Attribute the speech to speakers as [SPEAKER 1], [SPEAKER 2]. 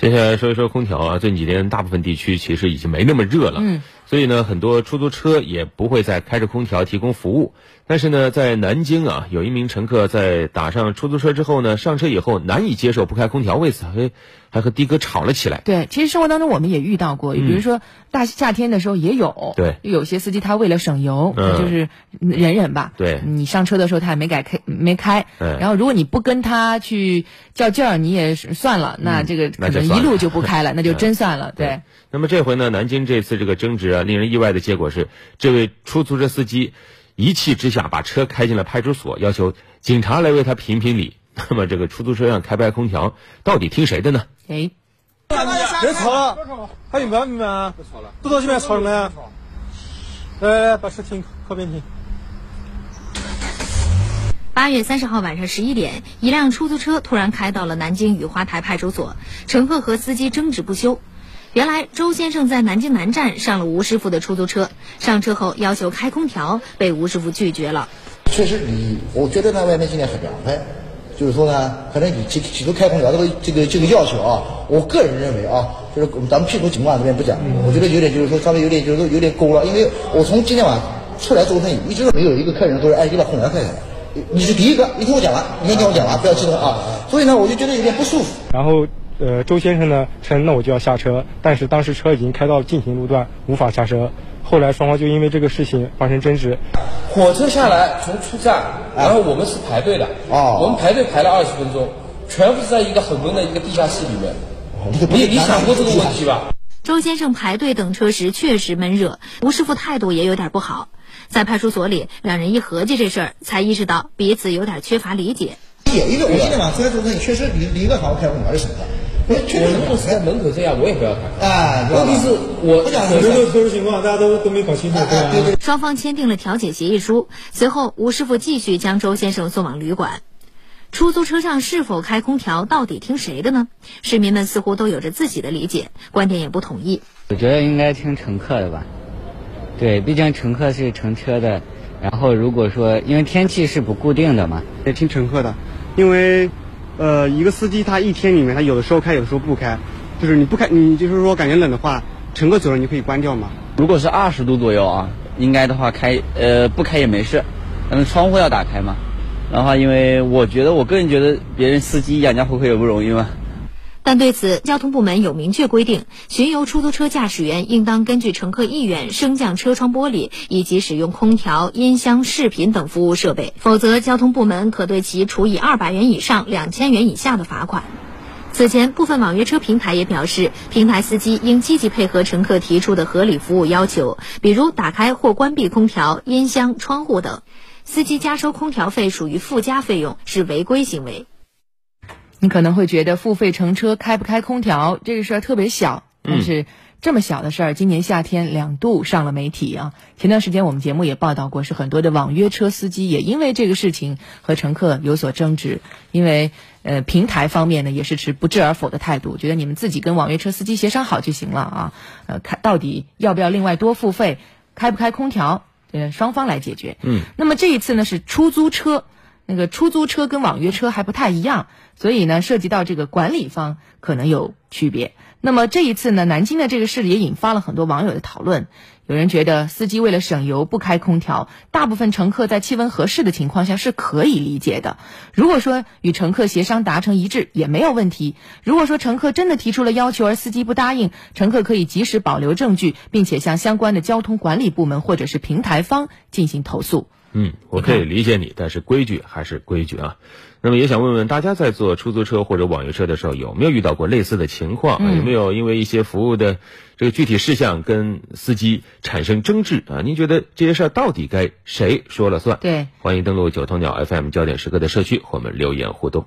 [SPEAKER 1] 接下来说一说空调啊，最近几天大部分地区其实已经没那么热了，
[SPEAKER 2] 嗯，
[SPEAKER 1] 所以呢，很多出租车也不会再开着空调提供服务。但是呢，在南京啊，有一名乘客在打上出租车之后呢，上车以后难以接受不开空调，为此还还和的哥吵了起来。
[SPEAKER 2] 对，其实生活当中我们也遇到过，比如说大夏天的时候也
[SPEAKER 1] 嗯
[SPEAKER 2] 有，
[SPEAKER 1] 对
[SPEAKER 2] 有些司机他为了省油，
[SPEAKER 1] 嗯
[SPEAKER 2] 就是忍忍吧，
[SPEAKER 1] 对
[SPEAKER 2] 你上车的时候他也没改开，没开，
[SPEAKER 1] 嗯
[SPEAKER 2] 然后如果你不跟他去较劲儿，你也是算了，那这个
[SPEAKER 1] 嗯那
[SPEAKER 2] 可
[SPEAKER 1] 就
[SPEAKER 2] 能
[SPEAKER 1] 算
[SPEAKER 2] 一路
[SPEAKER 1] 了嗯
[SPEAKER 2] 就不开了，那就真算了，对，
[SPEAKER 1] 那么这回呢，南京这次这个争执啊，令人意外的结果是，这位出租车司机一气之下把车开进了派出所，要求警察来为他评评理。 那么这个出租车上开不开空调，到底听谁的呢？
[SPEAKER 2] 哎，
[SPEAKER 3] 别吵了，还有完没完？不吵了，不到这边吵什么呀？来来来，把车停靠边停。
[SPEAKER 4] 八月三十号晚上十一点，一辆出租车突然开到了南京雨花台派出所，乘客和司机争执不休。原来周先生在南京南站上了吴师傅的出租车，上车后要求开空调，被吴师傅拒绝了。
[SPEAKER 5] 确实你，我觉得呢，外面今天很凉快，就是说呢，反正你提提出开空调这个这个这个要求啊，我个人认为啊，就是我们咱们屁股情况这边不讲，我觉得有点就是说稍微有点就是说有点勾了，因为我从今天晚上出来做生意，一直都没有一个客人说是哎，你把空调开开来，你是第一个，你听我讲完，你先听我讲完，不要激动啊，所以呢，我就觉得有点不舒服。
[SPEAKER 3] 然后，呃，周先生呢称那我就要下车，但是当时车已经开到了进行路段，无法下车。后来双方就因为这个事情发生争执，
[SPEAKER 6] 火车下来从出站，然后我们是排队的，
[SPEAKER 5] 哦
[SPEAKER 6] 我们排队排了二十分钟，全部是在一个很温的一个地下室里面。你你想过这个问题吧？
[SPEAKER 4] 周先生排队等车时确实闷热，吴师傅态度也有点不好。在派出所里，两人一合计这事儿，才意识到彼此有点缺乏理解。
[SPEAKER 5] 也因为我今天晚上出来做生意，确实你你一个房开空调是什么？我确实
[SPEAKER 6] 我如果是在门口这样，我也不要开。
[SPEAKER 5] 哎，
[SPEAKER 6] 问题是我
[SPEAKER 5] 不讲
[SPEAKER 3] 整
[SPEAKER 5] 理
[SPEAKER 3] 个特殊情况大家都都没搞清楚，对吧？
[SPEAKER 5] 对对
[SPEAKER 4] 双方签订了调解协议书。随后，吴师傅继续将周先生送往旅馆。出租车上是否开空调，到底听谁的呢？市民们似乎都有着自己的理解，观点也不统一。
[SPEAKER 7] 我觉得应该听乘客的吧，对，毕竟乘客是乘车的。然后如果说因为天气是不固定的嘛，
[SPEAKER 8] 也听乘客的，因为，呃，一个司机他一天里面他有的时候开，有的时候不开，就是你不开，你就是说感觉冷的话，乘客走了你可以关掉嘛。
[SPEAKER 7] 如果是二十度左右啊，应该的话开呃不开也没事，但是窗户要打开嘛。然后因为我觉得我个人觉得别人司机养家糊口也不容易嘛。
[SPEAKER 4] 但对此，交通部门有明确规定，巡游出租车驾驶员应当根据乘客意愿升降车窗玻璃，以及使用空调、音箱、视频等服务设备，否则交通部门可对其处以二百元以上两千元以下的罚款。此前，部分网约车平台也表示，平台司机应积极配合乘客提出的合理服务要求，比如打开或关闭空调、音箱、窗户等。司机加收空调费属于附加费用，是违规行为。
[SPEAKER 2] 你可能会觉得付费乘车开不开空调这个事儿特别小，但是这么小的事儿，今年夏天两度上了媒体啊。前段时间我们节目也报道过，是很多的网约车司机也因为这个事情和乘客有所争执，因为呃平台方面呢也是持不置而否的态度，觉得你们自己跟网约车司机协商好就行了啊，呃看到底要不要另外多付费，开不开空调，呃双方来解决。
[SPEAKER 1] 嗯，
[SPEAKER 2] 那么这一次呢是出租车，那个出租车跟网约车还不太一样，所以呢涉及到这个管理方可能有区别。那么这一次呢，南京的这个事也引发了很多网友的讨论。有人觉得司机为了省油不开空调，大部分乘客在气温合适的情况下是可以理解的。如果说与乘客协商达成一致也没有问题。如果说乘客真的提出了要求而司机不答应，乘客可以及时保留证据，并且向相关的交通管理部门或者是平台方进行投诉。
[SPEAKER 1] 嗯，我可以理解你，但是规矩还是规矩啊。那么也想问问大家，在坐出租车或者网约车的时候，有没有遇到过类似的情况？啊？有没有因为一些服务的这个具体事项跟司机产生争执啊？您觉得这些事儿到底该谁说了算？
[SPEAKER 2] 对，
[SPEAKER 1] 欢迎登录九头鸟 FM 焦点时刻的社区，和我们留言互动。